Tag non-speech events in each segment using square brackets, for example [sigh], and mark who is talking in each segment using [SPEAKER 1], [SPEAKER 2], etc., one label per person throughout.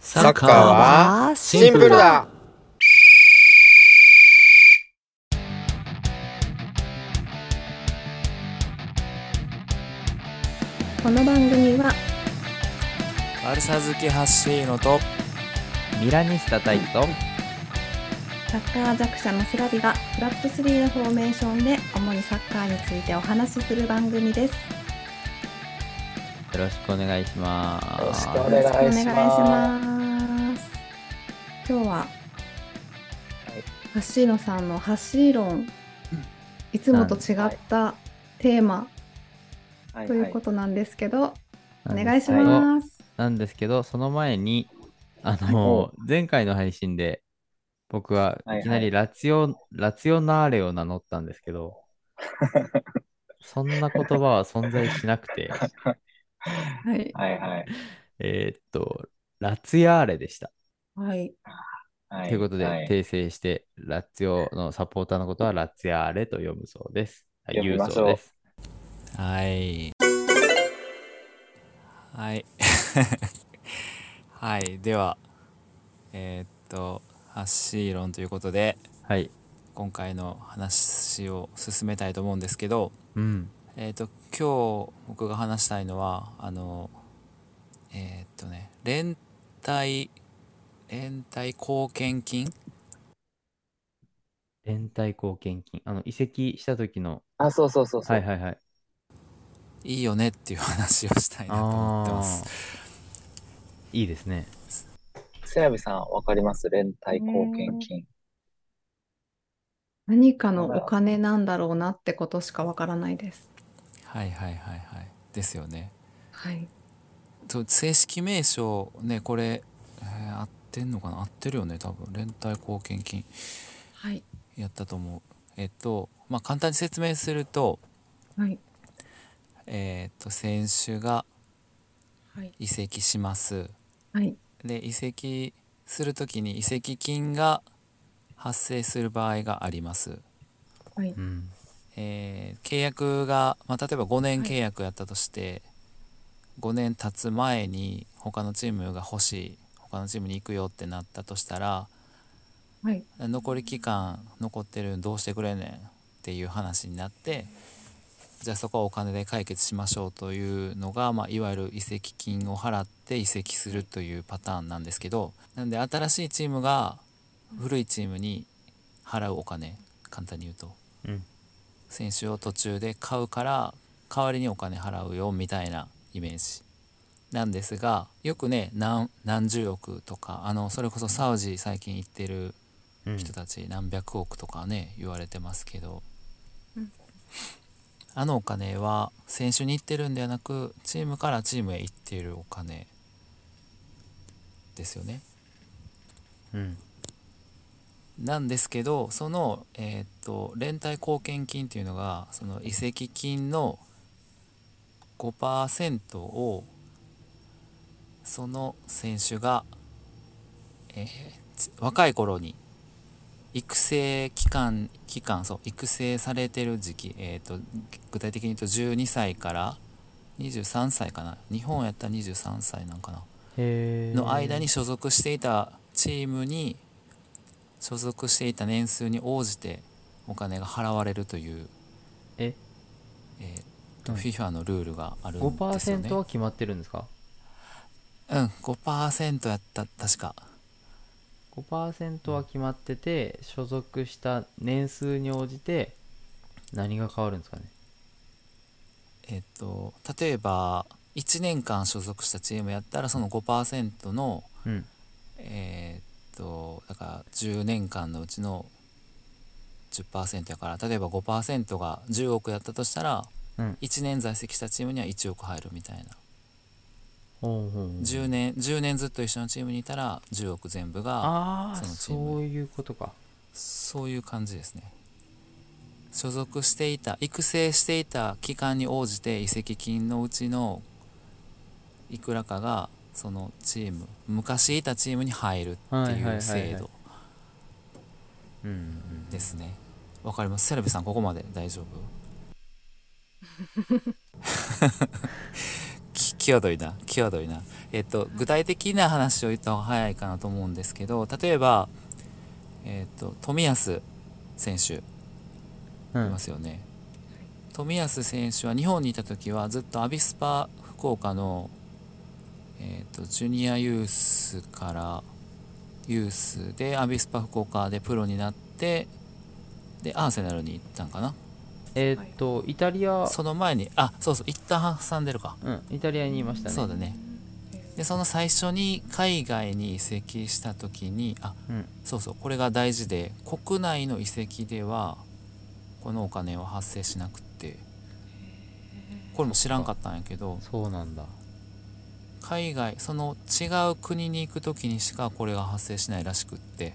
[SPEAKER 1] サッカーはシンプルだ
[SPEAKER 2] この番組は
[SPEAKER 3] バルサ好きハッシーノと
[SPEAKER 4] ミラニスタタイと
[SPEAKER 2] サッカー弱者のスラビがフラット3のフォーメーションで主にサッカーについてお話しする番組です。
[SPEAKER 4] よろしくお願いします。
[SPEAKER 1] よろしくお願
[SPEAKER 2] よろ
[SPEAKER 1] い
[SPEAKER 2] し
[SPEAKER 1] し
[SPEAKER 2] くお願
[SPEAKER 1] ま
[SPEAKER 2] い
[SPEAKER 1] す
[SPEAKER 2] します。今日は、ハッシーノさんのハッシー論、いつもと違ったテーマ
[SPEAKER 1] は
[SPEAKER 2] ということなんですけど、
[SPEAKER 4] なん
[SPEAKER 2] お
[SPEAKER 4] です
[SPEAKER 2] 願いします。
[SPEAKER 4] なんですけど、その前に、あの、前回の配信で、僕はいきなりラツオ、ラツオナーレを名乗ったんですけど、そんな言葉は存在しなくて、
[SPEAKER 2] はい。
[SPEAKER 1] はいはい
[SPEAKER 4] えーっと、ラツヤーレでした。
[SPEAKER 2] はい。
[SPEAKER 1] はい
[SPEAKER 4] ということで、
[SPEAKER 1] はい
[SPEAKER 4] 訂正して、ラツオのサポーターのことはラツヤーレと読むそうです。はい、
[SPEAKER 1] 読
[SPEAKER 4] 言
[SPEAKER 1] みま
[SPEAKER 4] う
[SPEAKER 1] しょ
[SPEAKER 4] そううです。
[SPEAKER 3] はいはい [laughs] はいではえーっとハッシー論ということで
[SPEAKER 4] はい。
[SPEAKER 3] 今回の話を進めたいと思うんですけど
[SPEAKER 4] うん。
[SPEAKER 3] えーっと今日僕が話したいのはあのえーっとね連帯連帯貢献金
[SPEAKER 4] 連帯貢献金。あの、移籍した時の、
[SPEAKER 1] あそうそうそうそう、
[SPEAKER 4] はいはいはい。
[SPEAKER 3] いいよねっていう話をしたいなと思ってます
[SPEAKER 4] あーいいですね。
[SPEAKER 1] セラビさんわかります連帯貢献金
[SPEAKER 2] 何かのお金なんだろうなってことしかわからないです。
[SPEAKER 3] はいはいはいはいですよね
[SPEAKER 2] はい。
[SPEAKER 3] そう正式名称ねこれ、えー合ってんのかな合ってるよね多分連帯貢献金
[SPEAKER 2] はい。
[SPEAKER 3] やったと思うえっとまあ簡単に説明すると
[SPEAKER 2] はい。
[SPEAKER 3] えーっと選手が
[SPEAKER 2] はい。
[SPEAKER 3] 移籍します
[SPEAKER 2] はい。
[SPEAKER 3] で移籍する時に移籍金が発生する場合があります、
[SPEAKER 2] はい。
[SPEAKER 4] うん。
[SPEAKER 3] えー契約が、まあ、例えば5年
[SPEAKER 2] はい
[SPEAKER 3] 契約やったとして、5年経つ前に他のチームが欲しい他のチームに行くよってなったとしたら
[SPEAKER 2] はい。
[SPEAKER 3] 残り期間残ってるんどうしてくれんねんっていう話になってじゃあそこはお金で解決しましょうというのが、まあ、いわゆる移籍金を払って移籍するというパターンなんですけどなんで新しいチームが古いチームに払うお金簡単に言うと
[SPEAKER 4] うん。
[SPEAKER 3] 選手を途中で買うから代わりにお金払うよみたいなイメージなんですがよくね何何十億とかあのそれこそサウジ最近行ってる
[SPEAKER 4] うん
[SPEAKER 3] 人たち何百億とかね言われてますけど、
[SPEAKER 2] うん
[SPEAKER 3] あのお金は選手に行ってるんではなくチームからチームへ行っているお金ですよね。
[SPEAKER 4] うん。
[SPEAKER 3] なんですけどその、えーっと連帯貢献金っていうのがその移籍金の5%をその選手が、えーつ若い頃に育成期間期間そう育成されてる時期、えーっと具体的に言うと12歳から23歳かな日本やったら23歳なんかな
[SPEAKER 4] へー
[SPEAKER 3] の間に。所属していたチームに所属していた年数に応じてお金が払われるという、
[SPEAKER 4] え、
[SPEAKER 3] えーと
[SPEAKER 4] うん
[SPEAKER 3] FIFA のルールがあるんですよね。
[SPEAKER 4] 5%は決まってるんですか
[SPEAKER 3] うん5%やった確か
[SPEAKER 4] ?5% は決まってて、所属した年数に応じて、何が変わるんですかね
[SPEAKER 3] えっ、と例えば1年間所属したチームやったらその5%の
[SPEAKER 4] うん。
[SPEAKER 3] えーっとだから10年間のうちの10%やから例えば5%が10億やったとしたら、
[SPEAKER 4] うん
[SPEAKER 3] 1年在籍したチームには1億入るみたいな、
[SPEAKER 4] ほうほうほう
[SPEAKER 3] 10年10年ずっと一緒のチームにいたら10億全部が
[SPEAKER 4] ああ、
[SPEAKER 3] そのチーム
[SPEAKER 4] そういうことか。
[SPEAKER 3] そういう感じですね所属していた育成していた期間に応じて移籍金のうちのいくらかがそのチーム昔いたチームに入るって
[SPEAKER 4] はいはいはいはい
[SPEAKER 3] い
[SPEAKER 4] う
[SPEAKER 3] 制度
[SPEAKER 4] うんうん。
[SPEAKER 3] ですねわかりますセラビさんここ
[SPEAKER 4] [laughs]
[SPEAKER 3] まで大丈夫き聞際どいな際どいなえっと具体的な話を言った方が早いかなと思うんですけど例えばえっと冨安選手いうま
[SPEAKER 4] ん。
[SPEAKER 3] すよね、冨安選手は日本にいた時はずっとアビスパ福岡のえっとジュニアユースからユースでアビスパ福岡でプロになってでアーセナルに行ったんかな
[SPEAKER 4] えーっと、イタリア、
[SPEAKER 3] その前にあそうそう一旦挟んでるか
[SPEAKER 4] うん、イタリアにいましたね。
[SPEAKER 3] そうだねでその最初に海外に移籍した時にあ
[SPEAKER 4] うん。
[SPEAKER 3] そうそうこれが大事で国内の移籍ではこのお金は発生しなくてこれも知らんかったんやけど
[SPEAKER 4] そうなんだ。
[SPEAKER 3] 海外その違う国に行く時にしかこれが発生しないらしくって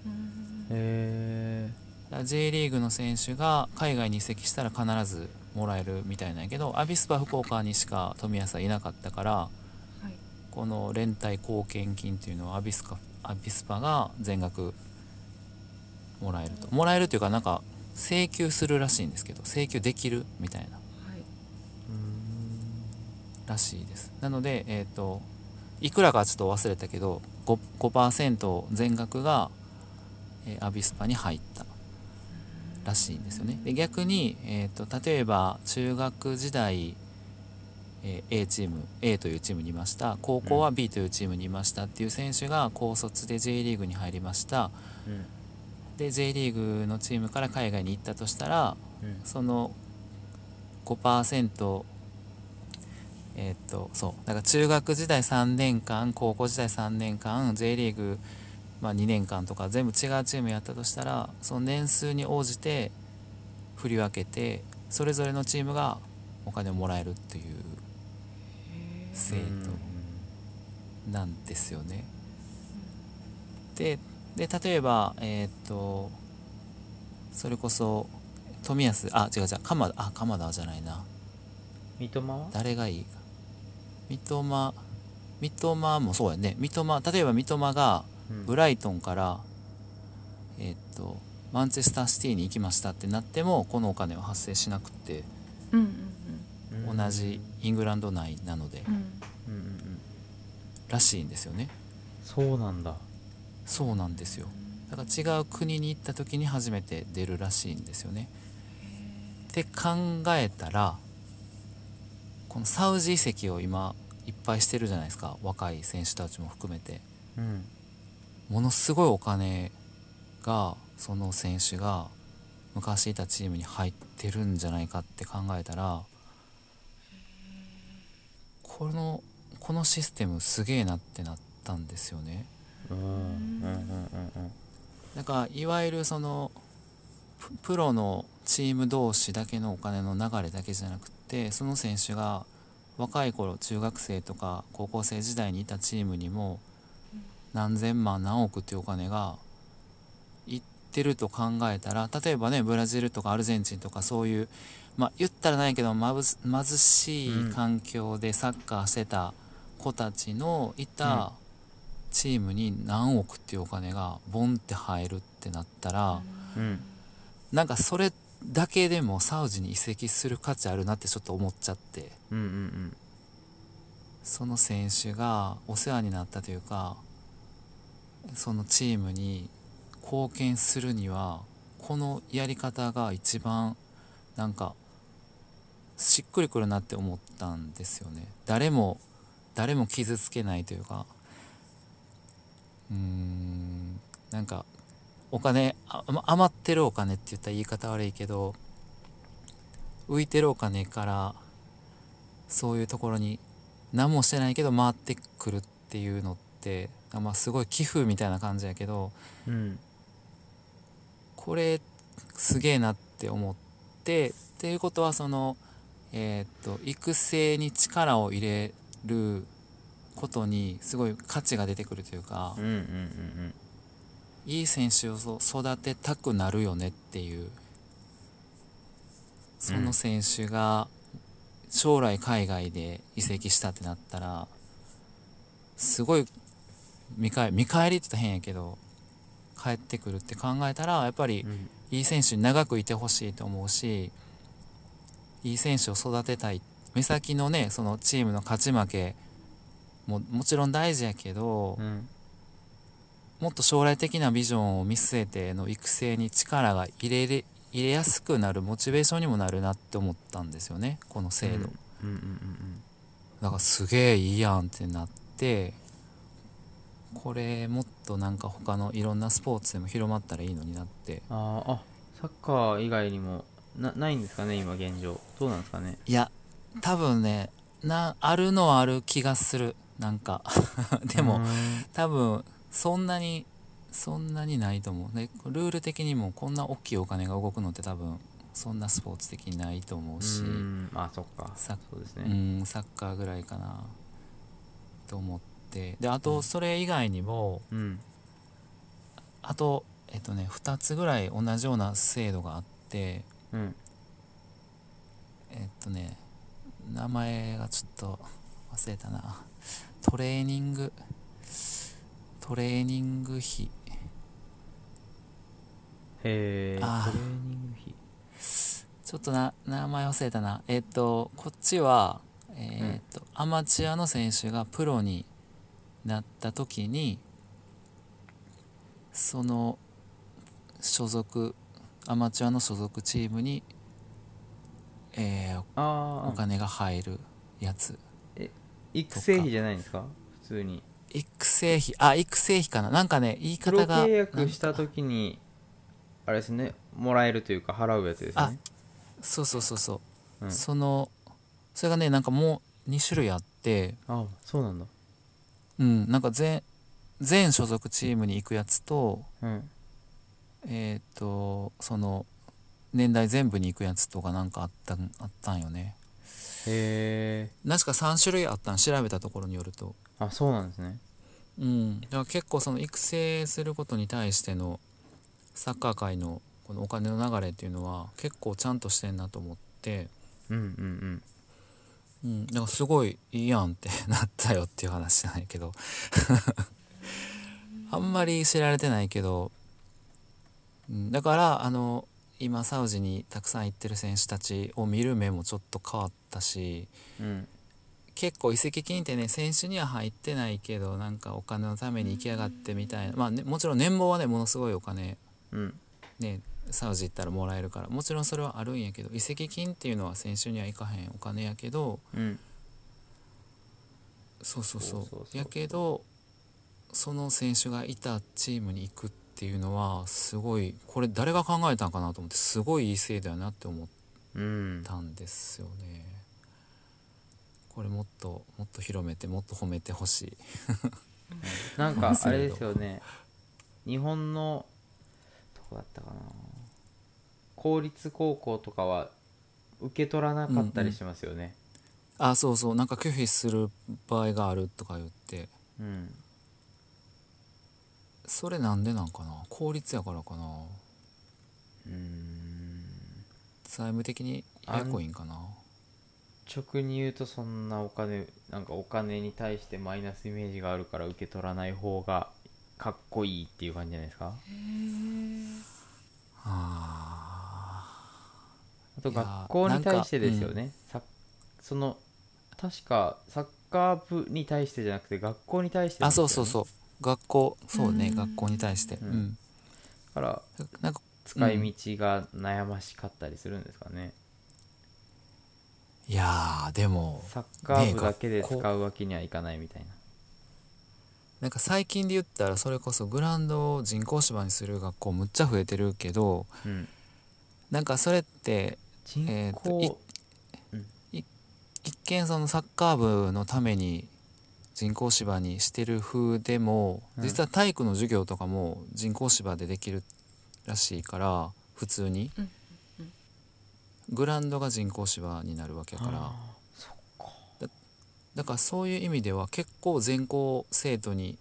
[SPEAKER 4] へ
[SPEAKER 3] だから J リーグの選手が海外に移籍したら必ずもらえるみたいなんやけどアビスパ福岡にしか富安はいなかったから
[SPEAKER 2] はい
[SPEAKER 3] この連帯貢献金っていうのはアビスカアビスパが全額もらえるともらえるというかなんか請求するらしいんですけど請求できるみたいな
[SPEAKER 2] はい
[SPEAKER 3] らしいですなのでえっ、といくらかちょっと忘れたけど 5%, 5全額が、えーアビスパに入ったらしいんですよねで逆に、えー、と例えば中学時代、えー A チーム A というチームにいました高校は B というチームにいましたっていう選手が高卒で J リーグに入りました
[SPEAKER 4] ーうん。
[SPEAKER 3] で J リーグのチームから海外に行ったとしたら
[SPEAKER 4] うん
[SPEAKER 3] その5%えーっとそうだから中学時代3年間高校時代3年間 J リーグ、まあ、2年間とか全部違うチームやったとしたらその年数に応じて振り分けてそれぞれのチームがお金をもらえるっていう制度なんですよね。でで例えばえーっとそれこそ冨安あ違う違う鎌田あ鎌田じゃないな
[SPEAKER 4] 三笘は
[SPEAKER 3] 誰がいいか三笘三笘もそうやね三笘例えば三笘が
[SPEAKER 4] うん
[SPEAKER 3] ブライトンから、えーっとマンチェスターシティに行きましたってなってもこのお金は発生しなくて
[SPEAKER 2] うんうん
[SPEAKER 3] 同じイングランド内なので、
[SPEAKER 2] うんうん
[SPEAKER 4] うんうんうん。
[SPEAKER 3] らしいんですよね
[SPEAKER 4] そうなんだ。
[SPEAKER 3] そうなんですよだから違う国に行った時に初めて出るらしいんですよね。って考えたらこのサウジ移籍を今いっぱいしてるじゃないですか若い選手たちも含めて
[SPEAKER 4] うん。
[SPEAKER 3] ものすごいお金がその選手が昔いたチームに入ってるんじゃないかって考えたらこのこのシステムすげえなってなったんですよね。
[SPEAKER 4] うんうんうんうん
[SPEAKER 3] なんかいわゆるそのププロのチーム同士だけのお金の流れだけじゃなくてその選手が若い頃中学生とか高校生時代にいたチームにも何千万何億っていうお金がいってると考えたら例えばねブラジルとかアルゼンチンとかそういうまあ言ったらないけどまぶす貧しい環境でサッカーしてた子たちのいたチームに何億っていうお金がボンって入るってなったら
[SPEAKER 4] うんうん。
[SPEAKER 3] なんかそれだけでもサウジに移籍する価値あるなってちょっと思っちゃって。
[SPEAKER 4] うんうんうん。
[SPEAKER 3] その選手がお世話になったというかそのチームに貢献するにはこのやり方が一番なんかしっくりくるなって思ったんですよね誰も誰も傷つけないというかうーんなんかお金あま余ってるお金って言ったら言い方悪いけど浮いてるお金からそういうところに何もしてないけど回ってくるっていうのってあまあすごい寄付みたいな感じやけど
[SPEAKER 4] うん
[SPEAKER 3] これすげえなって思ってっていうことはそのえーっと育成に力を入れることにすごい価値が出てくるというか、
[SPEAKER 4] うんうんうん
[SPEAKER 3] いい選手をそ育てたくなるよねっていうその選手が将来海外で移籍したってなったらすごい見返見返りって言ったら変やけど帰ってくるって考えたらやっぱり
[SPEAKER 4] うん。
[SPEAKER 3] いい選手に長くいてほしいと思うしいい選手を育てたい目先のねそのチームの勝ち負けももちろん大事やけど、
[SPEAKER 4] うん。
[SPEAKER 3] もっと将来的なビジョンを見据えての育成に力が入れれ入れやすくなるモチベーションにもなるなって思ったんですよねこの制度、
[SPEAKER 4] うんうんうんうん
[SPEAKER 3] だからすげえいいやんってなってこれもっとなんか他のいろんなスポーツでも広まったらいいのになって
[SPEAKER 4] あーあサッカー以外にもなないんですかね今現状どうなんですかね
[SPEAKER 3] いや多分ねなあるのはある気がするなんか [laughs] でも、
[SPEAKER 4] うーん
[SPEAKER 3] 多分そんなにそんなにないと思うでルール的にもこんな大きいお金が動くのって多分そんなスポーツ的にないと思うし
[SPEAKER 4] うーんあそっか
[SPEAKER 3] サッ
[SPEAKER 4] そうです
[SPEAKER 3] う
[SPEAKER 4] ね
[SPEAKER 3] んサッカーぐらいかなと思ってであとそれ以外にも
[SPEAKER 4] うん、
[SPEAKER 3] あとえっとね2つぐらい同じような制度があって
[SPEAKER 4] うん、
[SPEAKER 3] えっとね名前がちょっと忘れたなトレーニングトレーニング費
[SPEAKER 4] へえトレ
[SPEAKER 3] あー
[SPEAKER 4] ーニング費
[SPEAKER 3] ちょっとな名前忘れたなえっとこっちはえっと、アマチュアの選手がプロになった時にその所属アマチュアの所属チームに、えー
[SPEAKER 4] あ
[SPEAKER 3] お
[SPEAKER 4] あ
[SPEAKER 3] 金が入るやつ
[SPEAKER 4] 育成費じゃないんですか普通に
[SPEAKER 3] 育成費あ育成費かななんかね言い
[SPEAKER 4] プロ
[SPEAKER 3] 方が
[SPEAKER 4] 契約した時にあれですねもらえるというか払うやつですね
[SPEAKER 3] そうそうそうそうう、
[SPEAKER 4] ん
[SPEAKER 3] そのそれがねなんかもう2種類あって
[SPEAKER 4] あそうなんだ
[SPEAKER 3] うんなんか全全所属チームに行くやつと
[SPEAKER 4] うん
[SPEAKER 3] えっ、とその年代全部に行くやつとかなんかあったんあったんよね
[SPEAKER 4] へえ
[SPEAKER 3] 確か3種類あったん調べたところによると
[SPEAKER 4] あそうなんですね
[SPEAKER 3] うん、だから結構その育成することに対してのサッカー界のこのお金の流れっていうのは結構ちゃんとしてんなと思って、
[SPEAKER 4] うんうん
[SPEAKER 3] うん、だからすごいいいやんってなったよっていう話じゃないけど [laughs] あんまり知られてないけど、うん、だからあの今サウジにたくさん行ってる選手たちを見る目もちょっと変わったし
[SPEAKER 4] うんうん
[SPEAKER 3] 結構移籍金ってね選手には入ってないけどなんかお金のために行きやがってみたいなまあ、ね、もちろん年俸はねものすごいお金
[SPEAKER 4] うん
[SPEAKER 3] ねサウジ行ったらもらえるからもちろんそれはあるんやけど移籍金っていうのは選手には行かへんお金やけど
[SPEAKER 4] うん
[SPEAKER 3] そうそうそう
[SPEAKER 4] そうそうそうそう
[SPEAKER 3] やけどその選手がいたチームに行くっていうのはすごいこれ誰が考えたんかなと思ってすごいいい制度やなって思っ
[SPEAKER 4] うん
[SPEAKER 3] たんですよね。これもっともっと広めてもっと褒めてほしい。
[SPEAKER 4] なん [laughs] かあれですよね日本のどこだったかな公立高校とかは受け取らなかったりしますよね
[SPEAKER 3] あそうそうなんか拒否する場合があるとか言って
[SPEAKER 4] うん、
[SPEAKER 3] それなんでなんかな効率やからかな
[SPEAKER 4] うん
[SPEAKER 3] 財務的にややこいんかな
[SPEAKER 4] 直に言うとそんなお金なんかお金に対してマイナスイメージがあるから受け取らない方がかっこいいっていう感じじゃないですか
[SPEAKER 3] あ
[SPEAKER 4] あと
[SPEAKER 3] いやー
[SPEAKER 4] 学校に対してですよね、さその確かサッカー部に対してじゃなくて学校に対して
[SPEAKER 3] ー
[SPEAKER 4] なん
[SPEAKER 3] あ
[SPEAKER 4] です
[SPEAKER 3] そ
[SPEAKER 4] よ
[SPEAKER 3] う
[SPEAKER 4] ね
[SPEAKER 3] そうそう学校そうね
[SPEAKER 2] うん
[SPEAKER 3] 学校に対してうんん
[SPEAKER 4] だから
[SPEAKER 3] なんか
[SPEAKER 4] 使い道が悩ましかったりするんですかね、
[SPEAKER 3] いやーでも
[SPEAKER 4] サッカー部
[SPEAKER 3] ねえ
[SPEAKER 4] だけで
[SPEAKER 3] 学校
[SPEAKER 4] 使うわけにはいかないみたいな、
[SPEAKER 3] なんか最近で言ったらそれこそグラウンドを人工芝にする学校むっちゃ増えてるけど
[SPEAKER 4] うん、
[SPEAKER 3] なんかそれってえ
[SPEAKER 4] 人
[SPEAKER 3] ーと
[SPEAKER 4] 口、
[SPEAKER 3] 一見そのサッカー部のために人工芝にしてる風でも
[SPEAKER 4] うん
[SPEAKER 3] 実は体育の授業とかも人工芝でできるらしいから普通に
[SPEAKER 2] うんうん
[SPEAKER 3] グラウンドが人工芝になるわけやから
[SPEAKER 4] あーそっか
[SPEAKER 3] だからそういう意味では結構全校生徒に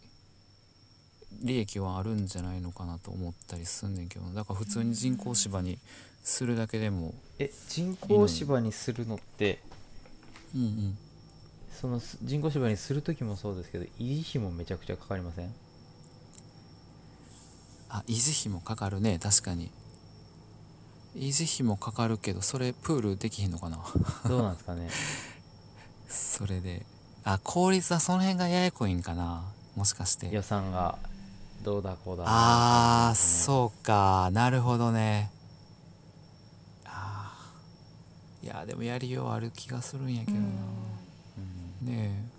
[SPEAKER 3] 利益はあるんじゃないのかなと思ったりすんねんけどだから普通に人工芝にするだけでも
[SPEAKER 4] え人工芝にするのって
[SPEAKER 3] うんうん
[SPEAKER 4] そのす人工芝にする時もそうですけど維持費もめちゃくちゃかかりません
[SPEAKER 3] あ維持費もかかるね確かに維持費もか [laughs] かるけどそれプールできへんのかな
[SPEAKER 4] どうなんですかね
[SPEAKER 3] それであ効率はその辺がややこいんかなもしかして
[SPEAKER 4] 予算がどうだこうだ
[SPEAKER 3] ああ
[SPEAKER 4] う
[SPEAKER 3] そうかなるほどねあーいやでもやりようある気がするんやけどな、ね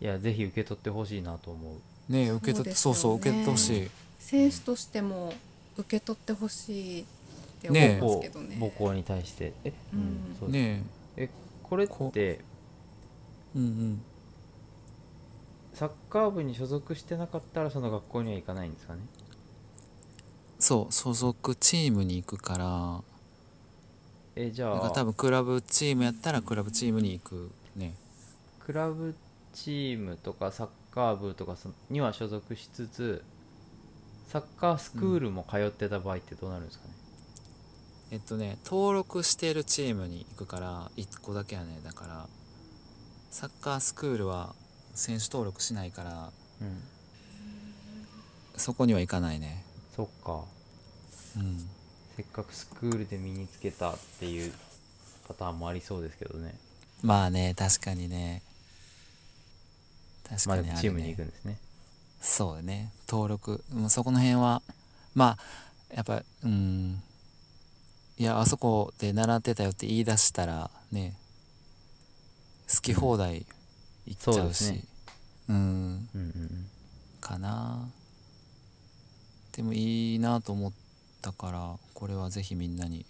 [SPEAKER 4] いやぜひ受け取ってほしいなと思う
[SPEAKER 3] えねえ受け取ってそう,、そう
[SPEAKER 2] そう
[SPEAKER 3] 受
[SPEAKER 2] ですよ
[SPEAKER 3] け取
[SPEAKER 2] ね
[SPEAKER 3] ってほしい
[SPEAKER 2] 選手としても受け取ってほしいって思います
[SPEAKER 4] こ
[SPEAKER 2] けど
[SPEAKER 4] う
[SPEAKER 2] ね。
[SPEAKER 4] 母校に対してえう
[SPEAKER 2] うん
[SPEAKER 4] んそうです
[SPEAKER 3] ね
[SPEAKER 4] えこれ
[SPEAKER 3] こ
[SPEAKER 4] って
[SPEAKER 3] えうんうん
[SPEAKER 4] サッカー部に所属してなかったらその学校には行かないんですかね
[SPEAKER 3] そう所属チームに行くから
[SPEAKER 4] えじ
[SPEAKER 3] なん
[SPEAKER 4] ゃ
[SPEAKER 3] か多
[SPEAKER 4] あ
[SPEAKER 3] 分クラブチームやったらクラブチームに行くね
[SPEAKER 4] クラブチームとかサッカー部とかそには所属しつつサッカースクールも通ってた場合ってどうなるんですかね、
[SPEAKER 3] えっとね登録してるチームに行くから1個だけやねだからサッカースクールは選手登録しないから
[SPEAKER 4] うん、
[SPEAKER 3] そこには行かないね
[SPEAKER 4] そっか
[SPEAKER 3] うん
[SPEAKER 4] せっかくスクールで身につけたっていうパターンもありそうですけどね
[SPEAKER 3] まあね確かにね確
[SPEAKER 4] ま
[SPEAKER 3] か
[SPEAKER 4] あで
[SPEAKER 3] にある、ね
[SPEAKER 4] もチームに行くんですね
[SPEAKER 3] そうだね登録もうそこの辺はまあやっぱうんいやあそこで習ってたよって言い出したらね好き放題行っち
[SPEAKER 4] そ
[SPEAKER 3] ゃ
[SPEAKER 4] う
[SPEAKER 3] う
[SPEAKER 4] です
[SPEAKER 3] し
[SPEAKER 4] ね
[SPEAKER 3] うん
[SPEAKER 4] うんうんうん
[SPEAKER 3] かなでもいいなと思ったからこれはぜひみんなに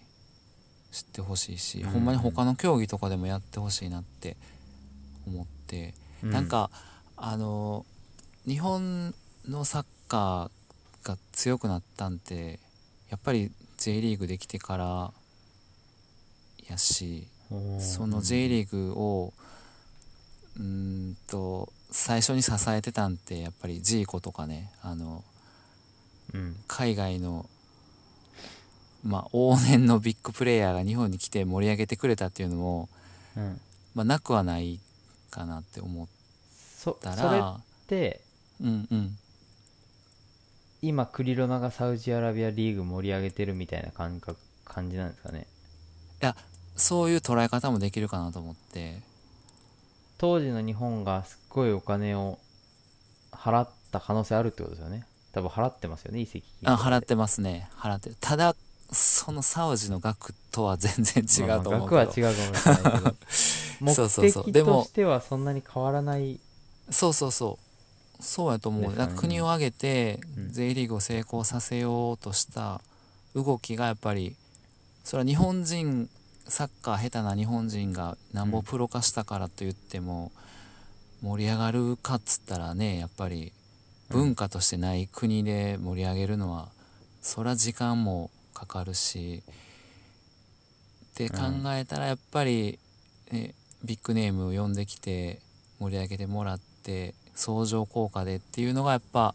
[SPEAKER 3] 知ってほしいし、
[SPEAKER 4] うん
[SPEAKER 3] ほんまに他の競技とかでもやってほしいなって思って、
[SPEAKER 4] うん
[SPEAKER 3] なんかあの日本のサッカーが強くなったんってやっぱり J リーグできてからやし
[SPEAKER 4] おー
[SPEAKER 3] その J リーグをうーんと最初に支えてたんってやっぱりジーコとかねあの
[SPEAKER 4] うん
[SPEAKER 3] 海外の、まあ、往年のビッグプレーヤーが日本に来て盛り上げてくれたっていうのも、
[SPEAKER 4] うん
[SPEAKER 3] まあ、なくはないかなって思っ
[SPEAKER 4] そ
[SPEAKER 3] た
[SPEAKER 4] それっ
[SPEAKER 3] ら
[SPEAKER 4] て
[SPEAKER 3] うんうん
[SPEAKER 4] 今クリロナがサウジアラビアリーグ盛り上げてるみたいな感覚感じなんですかね
[SPEAKER 3] いやそういう捉え方もできるかなと思って
[SPEAKER 4] 当時の日本がすっごいお金を払った可能性あるってことですよね多分払ってますよね移籍金
[SPEAKER 3] あ払ってますね払ってただそのサウジの額とは全然違うと思うけど、
[SPEAKER 4] まあ額は違うかもしれないけど
[SPEAKER 3] [laughs] そうそうそう
[SPEAKER 4] 目的
[SPEAKER 3] で
[SPEAKER 4] と
[SPEAKER 3] も
[SPEAKER 4] してはそんなに変わらない
[SPEAKER 3] そうそうそうそうやと思う、
[SPEAKER 4] ですか
[SPEAKER 3] な
[SPEAKER 4] ね
[SPEAKER 3] んか国を挙げて
[SPEAKER 4] うん
[SPEAKER 3] J リーグを成功させようとした動きがやっぱりそれは日本人サッカー下手な日本人がなんぼプロ化したからと言っても盛り上がるかっつったらねやっぱり文化としてない国で盛り上げるのはそら時間もかかるしって考えたらやっぱり、ね、ビッグネームを呼んできて盛り上げてもらって相乗効果でっていうのがやっぱ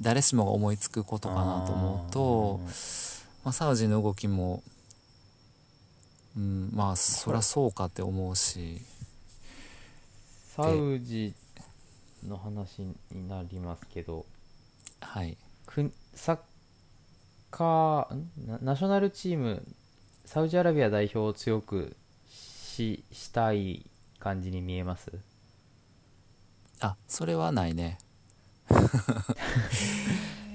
[SPEAKER 3] 誰しもが思いつくことかなと思うとまあ、サウジの動きも、うん、まあそりゃそうかって思うし
[SPEAKER 4] あーサウジの話になりますけど
[SPEAKER 3] はい
[SPEAKER 4] くサッカーんナナショナルチームサウジアラビア代表を強くししたい感じに見えます
[SPEAKER 3] あそれはないね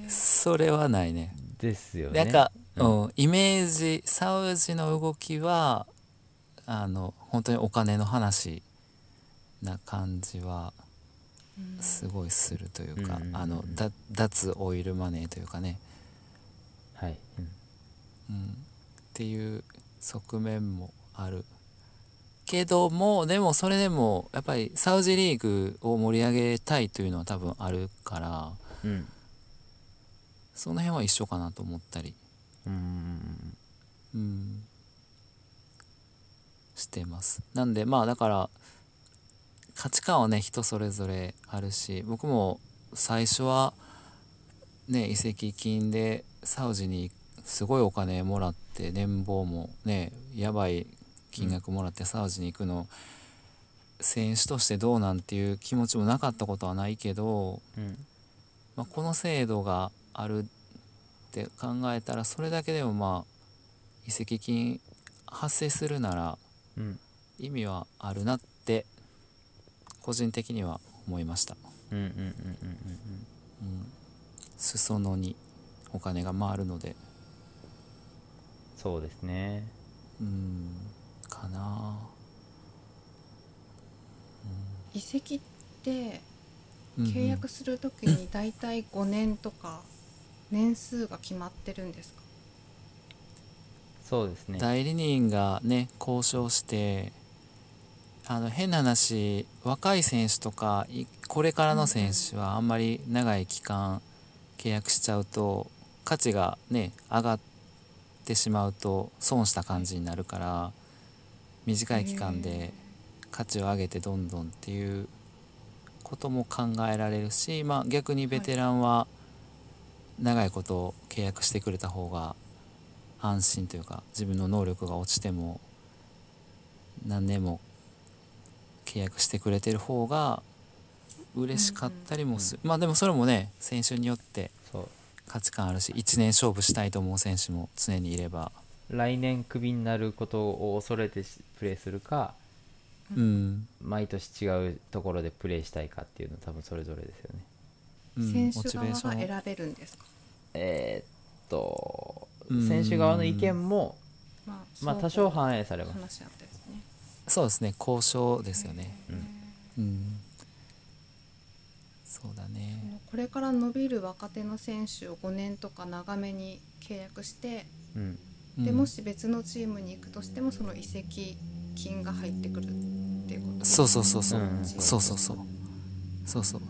[SPEAKER 3] それはないね
[SPEAKER 4] ですよね
[SPEAKER 3] なんか、
[SPEAKER 4] う
[SPEAKER 3] うんイメージサウジの動きはあの本当にお金の話な感じはすごいするというか、
[SPEAKER 4] うんうんうん
[SPEAKER 3] あのだ脱オイルマネーというかね、
[SPEAKER 4] はい、うん
[SPEAKER 3] うん、っていう側面もあるけどもでもそれでもやっぱりサウジリーグを盛り上げたいというのは多分あるから
[SPEAKER 4] うん
[SPEAKER 3] その辺は一緒かなと思ったり、
[SPEAKER 4] うーん
[SPEAKER 3] うん、してますなんでまあだから価値観はね人それぞれあるし僕も最初はね移籍金でサウジにすごいお金もらって年俸もねやばい金額もらってサウジに行くの、選手としてどうなんていう気持ちもなかったことはないけど
[SPEAKER 4] うん
[SPEAKER 3] まあ、この制度があるって考えたらそれだけでもまあ移籍金発生するなら
[SPEAKER 4] うん
[SPEAKER 3] 意味はあるなって個人的には思いました、
[SPEAKER 4] うんうんうんうん
[SPEAKER 3] うん、裾野にお金が回るので
[SPEAKER 4] そうですね
[SPEAKER 3] うんかな
[SPEAKER 5] 遺跡って
[SPEAKER 3] うんうん
[SPEAKER 5] 契約するときにだいたい5年とか年数が決まってるんですか
[SPEAKER 4] そうですね
[SPEAKER 3] 代理人がね交渉してあの変な話若い選手とかいこれからの選手はあんまり長い期間契約しちゃうと価値がね上がってしまうと損した感じになるから短い期間で価値を上げてどんどんっていうことも考えられるし、まあ、逆にベテランは長いこと契約してくれた方が安心というか自分の能力が落ちても何年も契約してくれてる方が嬉しかったりもする、まあでもそれもね選手によって
[SPEAKER 4] そう
[SPEAKER 3] 価値観あるし1年勝負したいと思う選手も常にいれば
[SPEAKER 4] 来年クビになることを恐れてしプレーするか
[SPEAKER 3] うん、
[SPEAKER 4] 毎年違うところでプレーしたいかっていうのは多分それぞれですよね
[SPEAKER 3] うん
[SPEAKER 5] 選
[SPEAKER 3] モ
[SPEAKER 5] 手
[SPEAKER 3] チベ
[SPEAKER 5] 側
[SPEAKER 3] ー
[SPEAKER 5] が
[SPEAKER 3] ション
[SPEAKER 5] 選べるんですか、
[SPEAKER 4] えーっと
[SPEAKER 3] うん
[SPEAKER 4] 選手側の意見も
[SPEAKER 5] まあ
[SPEAKER 4] まあ多少反映されます
[SPEAKER 5] 話し合ってですね
[SPEAKER 3] そうですね交渉ですよねうんそうだ
[SPEAKER 5] そ
[SPEAKER 3] ね
[SPEAKER 5] のこれから伸びる若手の選手を5年とか長めに契約して
[SPEAKER 4] うん
[SPEAKER 5] で
[SPEAKER 3] うん
[SPEAKER 5] もし別のチームに行くとしてもその移籍金が入ってくるっていうこと
[SPEAKER 3] そうそうそうそう、
[SPEAKER 4] うん
[SPEAKER 3] そうそうそうそうそう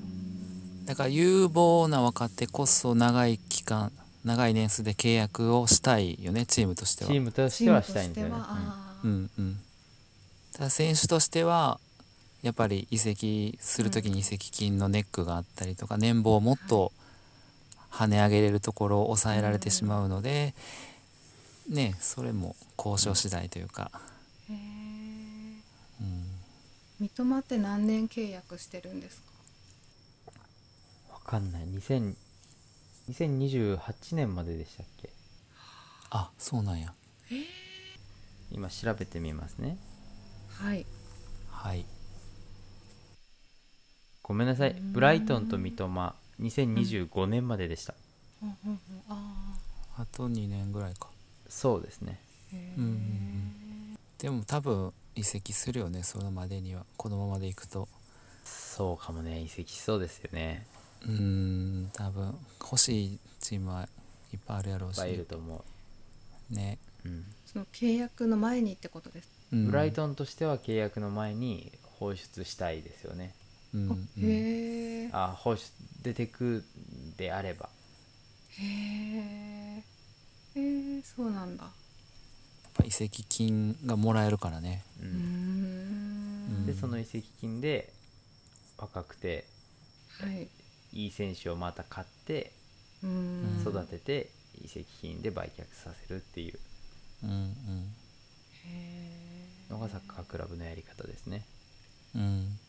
[SPEAKER 3] だから有望な若手こそ長い期間長い年数で契約をしたいよねチームとしては
[SPEAKER 4] チームとし
[SPEAKER 5] チー
[SPEAKER 4] て
[SPEAKER 5] ム
[SPEAKER 4] は
[SPEAKER 5] と
[SPEAKER 4] したいん
[SPEAKER 5] し
[SPEAKER 4] で
[SPEAKER 5] て
[SPEAKER 4] す
[SPEAKER 5] は
[SPEAKER 4] よね、
[SPEAKER 5] あ
[SPEAKER 3] う
[SPEAKER 5] ー
[SPEAKER 3] んうんただ選手としてはやっぱり移籍する時に移籍金のネックがあったりとか年俸をもっと跳ね上げれるところを抑えられてしまうので、ねそれも交渉次第というか、
[SPEAKER 5] へ
[SPEAKER 3] うん、
[SPEAKER 5] え三笘って何年契約してるんですか
[SPEAKER 4] うん、わかんない2000 2028年まででしたっけ
[SPEAKER 3] あそうなんや
[SPEAKER 4] 今調べてみますね
[SPEAKER 5] はい
[SPEAKER 3] はい
[SPEAKER 4] ごめんなさいブライトンと三笘2025年まででした、
[SPEAKER 5] うんうんうんあ
[SPEAKER 3] あと2年ぐらいか
[SPEAKER 4] そうですね
[SPEAKER 5] ーへ
[SPEAKER 3] うんうんうんでも多分移籍するよねそのまでにはこのままでいくと
[SPEAKER 4] そうかもね移籍しそうですよね
[SPEAKER 3] うーん多分欲しいチームはいっぱいあるやろ
[SPEAKER 4] いうっ
[SPEAKER 3] し
[SPEAKER 4] ぱいいると思
[SPEAKER 3] ね、
[SPEAKER 4] う、うん
[SPEAKER 5] えその契約の前にってことです
[SPEAKER 3] うん
[SPEAKER 4] ブライトンとしては契約の前に放出したいですよね
[SPEAKER 3] うん
[SPEAKER 5] あ
[SPEAKER 3] うん
[SPEAKER 5] へえ
[SPEAKER 4] あ放出出てくであれば
[SPEAKER 5] へえへえそうなんだ
[SPEAKER 3] やっぱ移籍金がもらえるからね
[SPEAKER 4] う
[SPEAKER 5] うー
[SPEAKER 4] ん、
[SPEAKER 5] ん
[SPEAKER 4] でその移籍金で若くて
[SPEAKER 5] はい
[SPEAKER 4] いい選手をまた買って
[SPEAKER 5] うーん
[SPEAKER 4] 育てて移籍金で売却させるっていう
[SPEAKER 3] うん
[SPEAKER 5] へえ
[SPEAKER 4] のがサッカークラブのやり方ですね
[SPEAKER 3] うんうん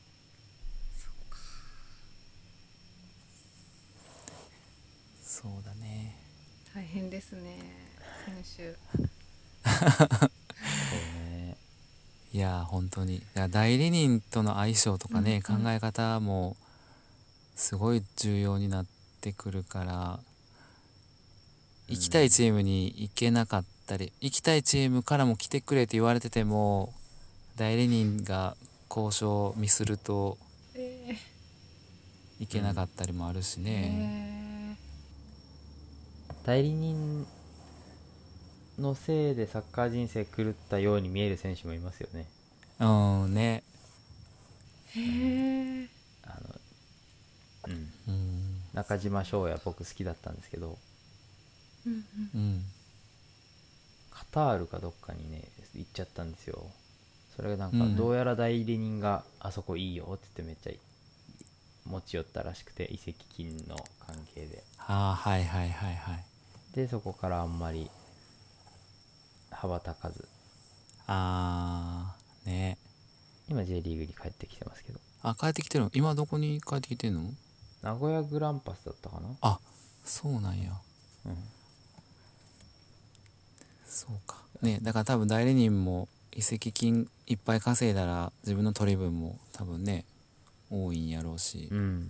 [SPEAKER 3] そうだね
[SPEAKER 5] 大変ですね選手
[SPEAKER 4] そうね
[SPEAKER 3] いやー本当にだから代理人との相性とかね、
[SPEAKER 5] うんうん
[SPEAKER 3] 考え方もすごい重要になってくるから行きたいチームに行けなかったり、行きたいチームからも来てくれって言われてても代理人が交渉をミスると
[SPEAKER 5] え
[SPEAKER 3] 行けなかったりもあるし
[SPEAKER 5] え
[SPEAKER 3] ね。
[SPEAKER 4] 代理人のせいでサッカー人生狂ったように見える選手もいますよね
[SPEAKER 3] うんね。
[SPEAKER 5] へえ
[SPEAKER 4] あの、うん、
[SPEAKER 3] うん
[SPEAKER 4] 中島翔也僕好きだったんですけど
[SPEAKER 5] うんうん
[SPEAKER 3] うん
[SPEAKER 4] カタールかどっかにね行っちゃったんですよそれがなん
[SPEAKER 3] う
[SPEAKER 4] か
[SPEAKER 3] ん
[SPEAKER 4] どうやら代理人があそこいいよって言ってめっちゃ持ち寄ったらしくて移籍金の関係で
[SPEAKER 3] ああはいはいはいはい。
[SPEAKER 4] でそこからあんまり羽ばたかず
[SPEAKER 3] ああね。
[SPEAKER 4] 今 J リーグに帰ってきてますけど
[SPEAKER 3] あ帰ってきてるの今どこに帰ってきてるの
[SPEAKER 4] 名古屋グランパスだったかな
[SPEAKER 3] あそうなんや。
[SPEAKER 4] うん
[SPEAKER 3] そうか。ねだから多分代理人も移籍金いっぱい稼いだら自分の取り分も多分ね多いんやろうし、
[SPEAKER 4] うん。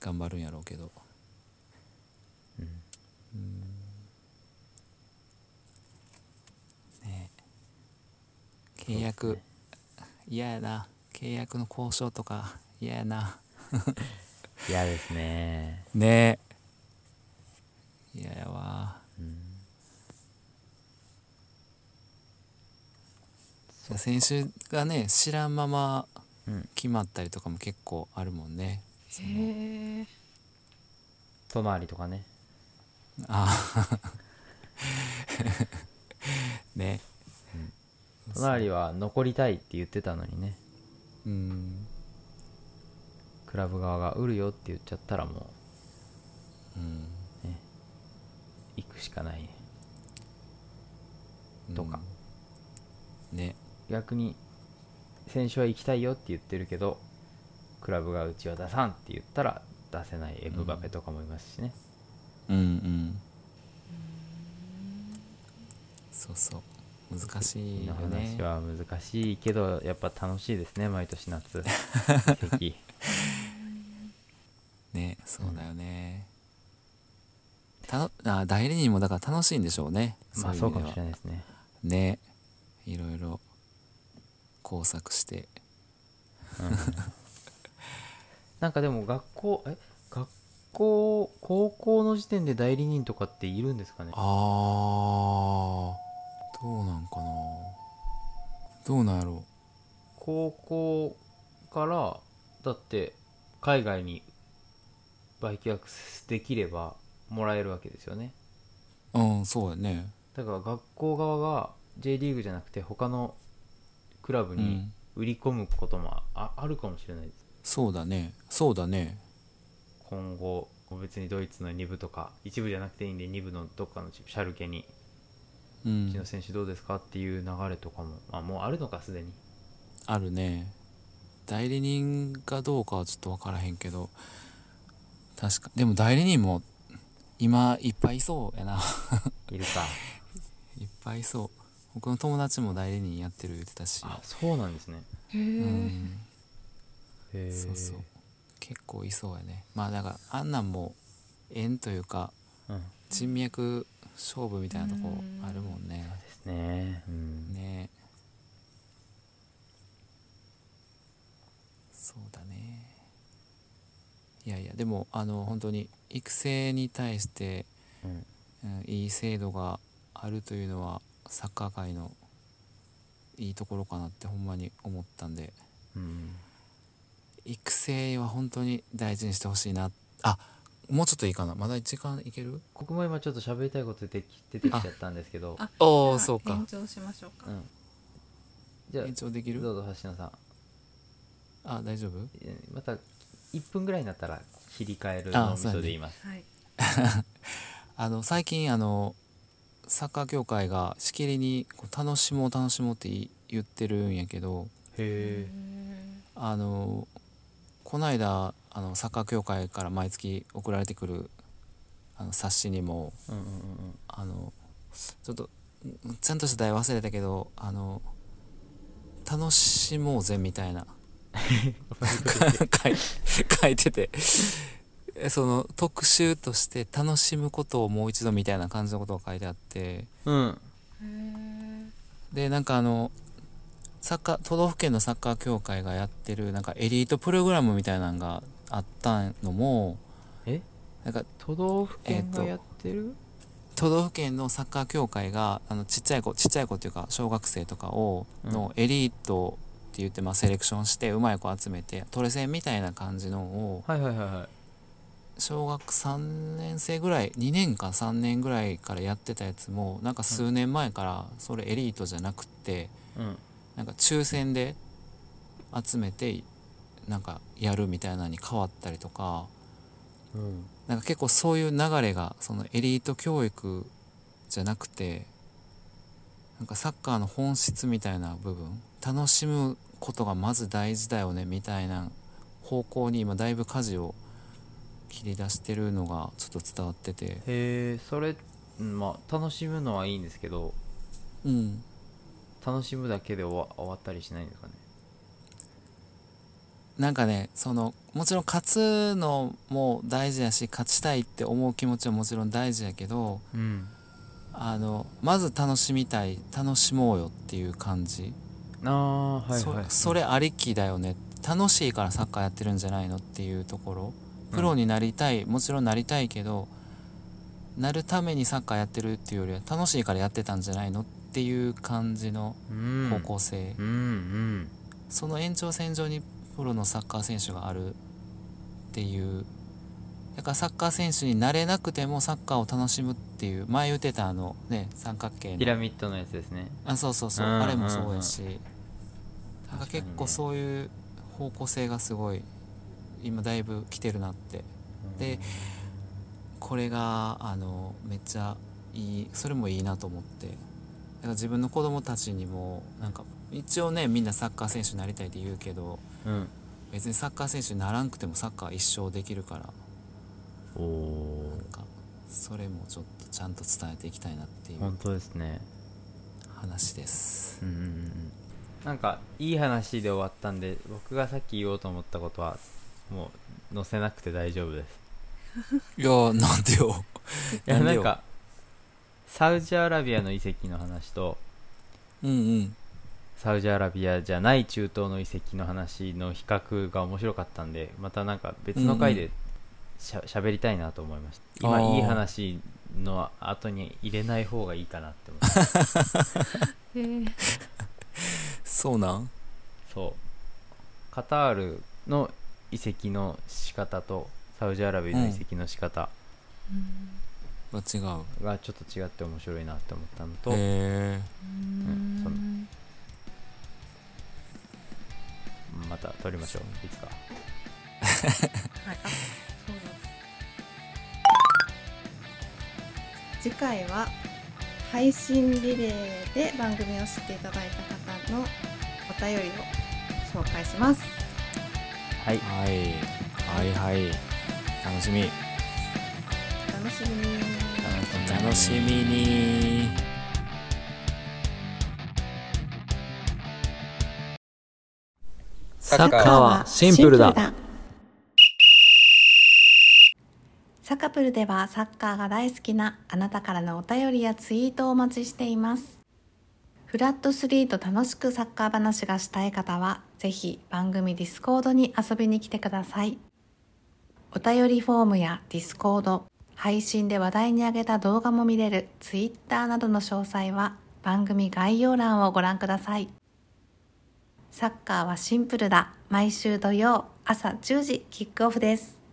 [SPEAKER 3] 頑張るんやろうけど
[SPEAKER 4] うん
[SPEAKER 3] うんねえ契
[SPEAKER 4] そう
[SPEAKER 3] 約
[SPEAKER 4] ですね
[SPEAKER 3] 嫌、やな契約の交渉とか嫌やな
[SPEAKER 4] 嫌ですね。
[SPEAKER 3] ねえ嫌やわ
[SPEAKER 4] うん。
[SPEAKER 3] 選手がね知らんまま
[SPEAKER 4] うん
[SPEAKER 3] 決まったりとかも結構あるもんねその
[SPEAKER 5] へえ
[SPEAKER 4] 戸回りとかね。
[SPEAKER 3] ああ [laughs] ね
[SPEAKER 4] 戸回りは残りたいって言ってたのにね。
[SPEAKER 3] うん
[SPEAKER 4] クラブ側が売るよって言っちゃったらも
[SPEAKER 3] うん
[SPEAKER 4] う行くしかないね。
[SPEAKER 3] うん
[SPEAKER 4] とか
[SPEAKER 3] ね
[SPEAKER 4] 逆に選手は行きたいよって言ってるけどクラブがうちは出さんって言ったら出せないエムバペとかもいますしね、
[SPEAKER 3] うんうんそうそう難しい
[SPEAKER 4] の
[SPEAKER 3] よね
[SPEAKER 4] 話は難しいけどやっぱ楽しいですね毎年
[SPEAKER 3] [laughs]
[SPEAKER 4] 夏移籍
[SPEAKER 3] ねそうだよね、たのあ代理人もだから楽しいんでしょうね
[SPEAKER 4] まあ
[SPEAKER 3] い
[SPEAKER 4] そう
[SPEAKER 3] 意
[SPEAKER 4] かも
[SPEAKER 3] 味では
[SPEAKER 4] しれないですね
[SPEAKER 3] ねいろいろ工作して
[SPEAKER 4] なんかでも学校え学校高校の時点で代理人とかっているんですかね
[SPEAKER 3] あーどうなんかなどうなんやろ
[SPEAKER 4] 高校からだって海外に売却できればもらえるわけですよね
[SPEAKER 3] ううんそうやね
[SPEAKER 4] だから学校側が J リーグじゃなくて他のクラブ
[SPEAKER 3] う
[SPEAKER 4] に
[SPEAKER 3] ん
[SPEAKER 4] 売り込むこともああるかもしれないです
[SPEAKER 3] そうだねそうだね
[SPEAKER 4] 今後別にドイツの2部とか1部じゃなくていいんで2部のどっかのチームシャルケに
[SPEAKER 3] う
[SPEAKER 4] うちの
[SPEAKER 3] ん
[SPEAKER 4] 選手どうですかっていう流れとかも、まあ、もうあるのかすでに
[SPEAKER 3] あるね代理人かどうかはちょっと分からへんけど確かでも代理人も今いっぱいいそうやな [laughs]
[SPEAKER 4] いるか
[SPEAKER 3] いっぱいいそう僕の友達も代理人やってる言ってたし
[SPEAKER 4] あそうなんですね
[SPEAKER 5] へえ、
[SPEAKER 3] うん
[SPEAKER 4] へえ
[SPEAKER 3] そうそう結構いそうやねまあだからあんなんも縁というか
[SPEAKER 4] うん、
[SPEAKER 3] 人脈勝負みたいなとこあるもんね
[SPEAKER 4] ですねうん
[SPEAKER 3] ねそうだねいやいやでもあの本当に育成に対して、
[SPEAKER 4] うん
[SPEAKER 3] うん、いい制度があるというのはサッカー界のいいところかなってほんまに思ったんで
[SPEAKER 4] うん
[SPEAKER 3] 育成は本当に大事にしてほしいなあもうちょっといいかなまだ時間いける
[SPEAKER 4] 僕も今ちょっと喋りたいこと出てき出てきちゃったんですけど
[SPEAKER 5] あじ
[SPEAKER 3] お
[SPEAKER 5] ゃ
[SPEAKER 3] お
[SPEAKER 5] あ
[SPEAKER 3] そうか
[SPEAKER 5] 延長しましょうか、
[SPEAKER 4] うん、じゃ
[SPEAKER 3] 延
[SPEAKER 4] あ
[SPEAKER 3] 長でき
[SPEAKER 4] ど
[SPEAKER 3] る
[SPEAKER 4] うぞ橋野さん
[SPEAKER 3] あ大丈夫
[SPEAKER 4] えーまた1分ぐらいになったら切り替える脳み
[SPEAKER 3] そう
[SPEAKER 4] そ
[SPEAKER 3] やね
[SPEAKER 4] で言います
[SPEAKER 5] はい
[SPEAKER 3] あの最近あのサッカー協会がしきりにこう楽しもう楽しもうってい言ってるんやけど
[SPEAKER 4] へ
[SPEAKER 3] あのこないだあのサッカー協会から毎月送られてくるあの冊子にも
[SPEAKER 4] えうんうんうん
[SPEAKER 3] あのちょっとんちゃんとした題忘れたけどあの楽しもうぜみた
[SPEAKER 4] [laughs]
[SPEAKER 3] いな書い書いててえその特集として楽しむことをもう一度みたいな感じのことが書いてあって
[SPEAKER 4] うんうん
[SPEAKER 5] へ
[SPEAKER 3] でなんかあのサッカー都道府県のサッカー協会がやってるなんかエリートプログラムみたいなのがあったのも
[SPEAKER 4] え
[SPEAKER 3] なんか
[SPEAKER 4] 都道府県が
[SPEAKER 3] えーと
[SPEAKER 4] やってる、
[SPEAKER 3] 都道府県のサッカー協会があのちっちゃい子ちっちゃい子っていうか小学生とかを
[SPEAKER 4] うん
[SPEAKER 3] のエリートって言って、まあ、セレクションしてうまい子集めてトレセンみたいな感じのを
[SPEAKER 4] はいはいはいはい
[SPEAKER 3] 小学3年生ぐらい2年か3年ぐらいからやってたやつもなんか数年前からそれエリートじゃなくて、
[SPEAKER 4] うん
[SPEAKER 3] なんか抽選で集めてなんかやるみたいなのに変わったりとか
[SPEAKER 4] うん
[SPEAKER 3] なんか結構そういう流れがそのエリート教育じゃなくてなんかサッカーの本質みたいな部分楽しむことがまず大事だよねみたいな方向に今だいぶ舵を切り出してるのがちょっと伝わってて
[SPEAKER 4] へえそれうんまあ楽しむのはいいんですけど
[SPEAKER 3] うん
[SPEAKER 4] 楽しむだけで終わ終わったりしないんですかね
[SPEAKER 3] なんかねそのもちろん勝つのも大事やし勝ちたいって思う気持ちはもちろん大事やけど
[SPEAKER 4] うん。
[SPEAKER 3] あのまず楽しみたい楽しもうよっていう感じ、
[SPEAKER 4] ああー、はい
[SPEAKER 3] そ
[SPEAKER 4] はい。
[SPEAKER 3] それありきだよね楽しいからサッカーやってるんじゃないのっていうところプロになりたい、もちろんなりたいけどなるためにサッカーやってるっていうよりは楽しいからやってたんじゃないのっていう感じの
[SPEAKER 4] うん。
[SPEAKER 3] 方向性、
[SPEAKER 4] うんうん。
[SPEAKER 3] その延長線上にプロのサッカー選手があるっていうだからサッカー選手になれなくてもサッカーを楽しむっていう前言ってたあのね三角形
[SPEAKER 4] ピ
[SPEAKER 3] の
[SPEAKER 4] ラミッドのやつですね。
[SPEAKER 3] あそうそうそう、
[SPEAKER 4] うんうんうん
[SPEAKER 3] あれもそうやし
[SPEAKER 4] 確かにね
[SPEAKER 3] だから結構そういう方向性がすごい今だいぶ来てるなってでこれがあのめっちゃいいそれもいいなと思ってだから自分の子供たちにもなんか一応ねみんなサッカー選手になりたいって言うけど
[SPEAKER 4] うん。
[SPEAKER 3] 別にサッカー選手にならんくてもサッカー一生できるから
[SPEAKER 4] おお
[SPEAKER 3] な。んかそれもちょっとちゃんと伝えていきたいなってい
[SPEAKER 4] 本
[SPEAKER 3] う
[SPEAKER 4] 当ですね。
[SPEAKER 3] 話です。
[SPEAKER 4] うんうんうん。なんか、いい話で終わったんで、僕がさっき言おうと思ったことは、もう、載せなくて大丈夫です。
[SPEAKER 3] いやーなんでよ。
[SPEAKER 4] いや、
[SPEAKER 3] なん
[SPEAKER 4] な
[SPEAKER 3] でよ
[SPEAKER 4] んか、サウジアラビアの遺跡の話と、
[SPEAKER 3] うんうん。
[SPEAKER 4] サウジアラビアじゃない中東の遺跡の話の比較が面白かったんでまたなんか別の回でしゃ喋、りたいなと思いました
[SPEAKER 3] あ
[SPEAKER 4] 今
[SPEAKER 3] ー
[SPEAKER 4] いい話の後に入れない方がいいかなって思って
[SPEAKER 2] えー
[SPEAKER 3] そうなん
[SPEAKER 4] そうカタールの遺跡の仕方とサウジアラビアの遺跡の仕方
[SPEAKER 3] は違う。
[SPEAKER 4] がちょっと違って面白いなって思ったのと、
[SPEAKER 3] へえ。
[SPEAKER 4] うんそのまた撮りましょういつか
[SPEAKER 5] はい、あそうだ次回は
[SPEAKER 2] 配信リレーで番組を知っていただいた方のお便りを紹介します。
[SPEAKER 4] はい
[SPEAKER 3] はい。はいはい。楽しみ。
[SPEAKER 2] お楽しみに。
[SPEAKER 3] お楽しみに。サッカーはシンプルだ。
[SPEAKER 2] サカプルではサッカーが大好きなあなたからのお便りやツイートをお待ちしています。フラット3と楽しくサッカー話がしたい方は、ぜひ番組ディスコードに遊びに来てください。お便りフォームやディスコード、配信で話題に上げた動画も見れるツイッターなどの詳細は番組概要欄をご覧ください。サッカーはシンプルだ。毎週土曜朝10時キックオフです。